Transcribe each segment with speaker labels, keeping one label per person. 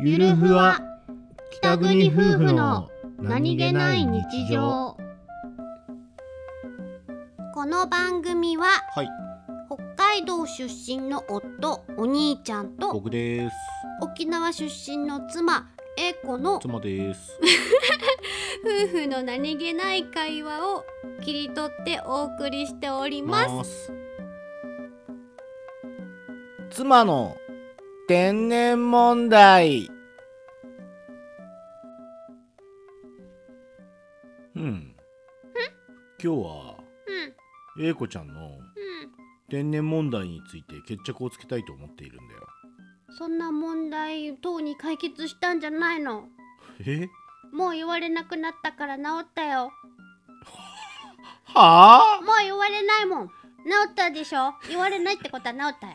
Speaker 1: ゆるふわ北国夫婦の
Speaker 2: この番組は
Speaker 1: はい
Speaker 2: 北海道出身の夫お兄ちゃんと
Speaker 1: 僕です
Speaker 2: 沖縄出身の妻英子の夫
Speaker 1: 妻です
Speaker 2: 婦の何気ない会話を切り取ってお送りしております
Speaker 1: す
Speaker 3: 妻の天然問題
Speaker 1: うん今日は
Speaker 2: うんうん
Speaker 1: 英子ちゃんの天然問題について決着をつけたいと思っているんだよ
Speaker 2: そんな問題とうに解決したんじゃないの
Speaker 1: え
Speaker 2: もう言われなくなったから治ったよ
Speaker 1: はあ
Speaker 2: もう言われないもん治ったでしょ言われないってことは治ったよ、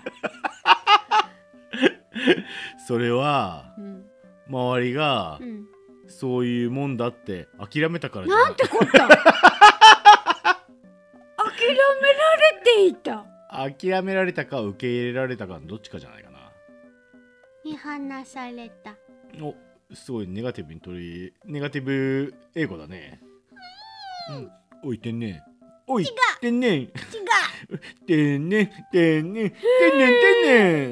Speaker 1: それは
Speaker 2: うん
Speaker 1: 周りが
Speaker 2: うん、
Speaker 1: そういうもんだって諦めたからじゃない
Speaker 2: なんてこと 諦められていた
Speaker 1: 諦められたか受け入れられたかのどっちかじゃないかな
Speaker 2: に話された
Speaker 1: おすごいネガティブに取りネガティブ英語だね、うん、おいてんねおいてんねん
Speaker 2: 違
Speaker 1: てんねんてんねんてんねんて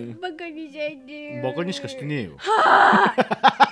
Speaker 1: んね
Speaker 2: うバカにされて
Speaker 1: んバカにしかしてねえよ
Speaker 2: はあ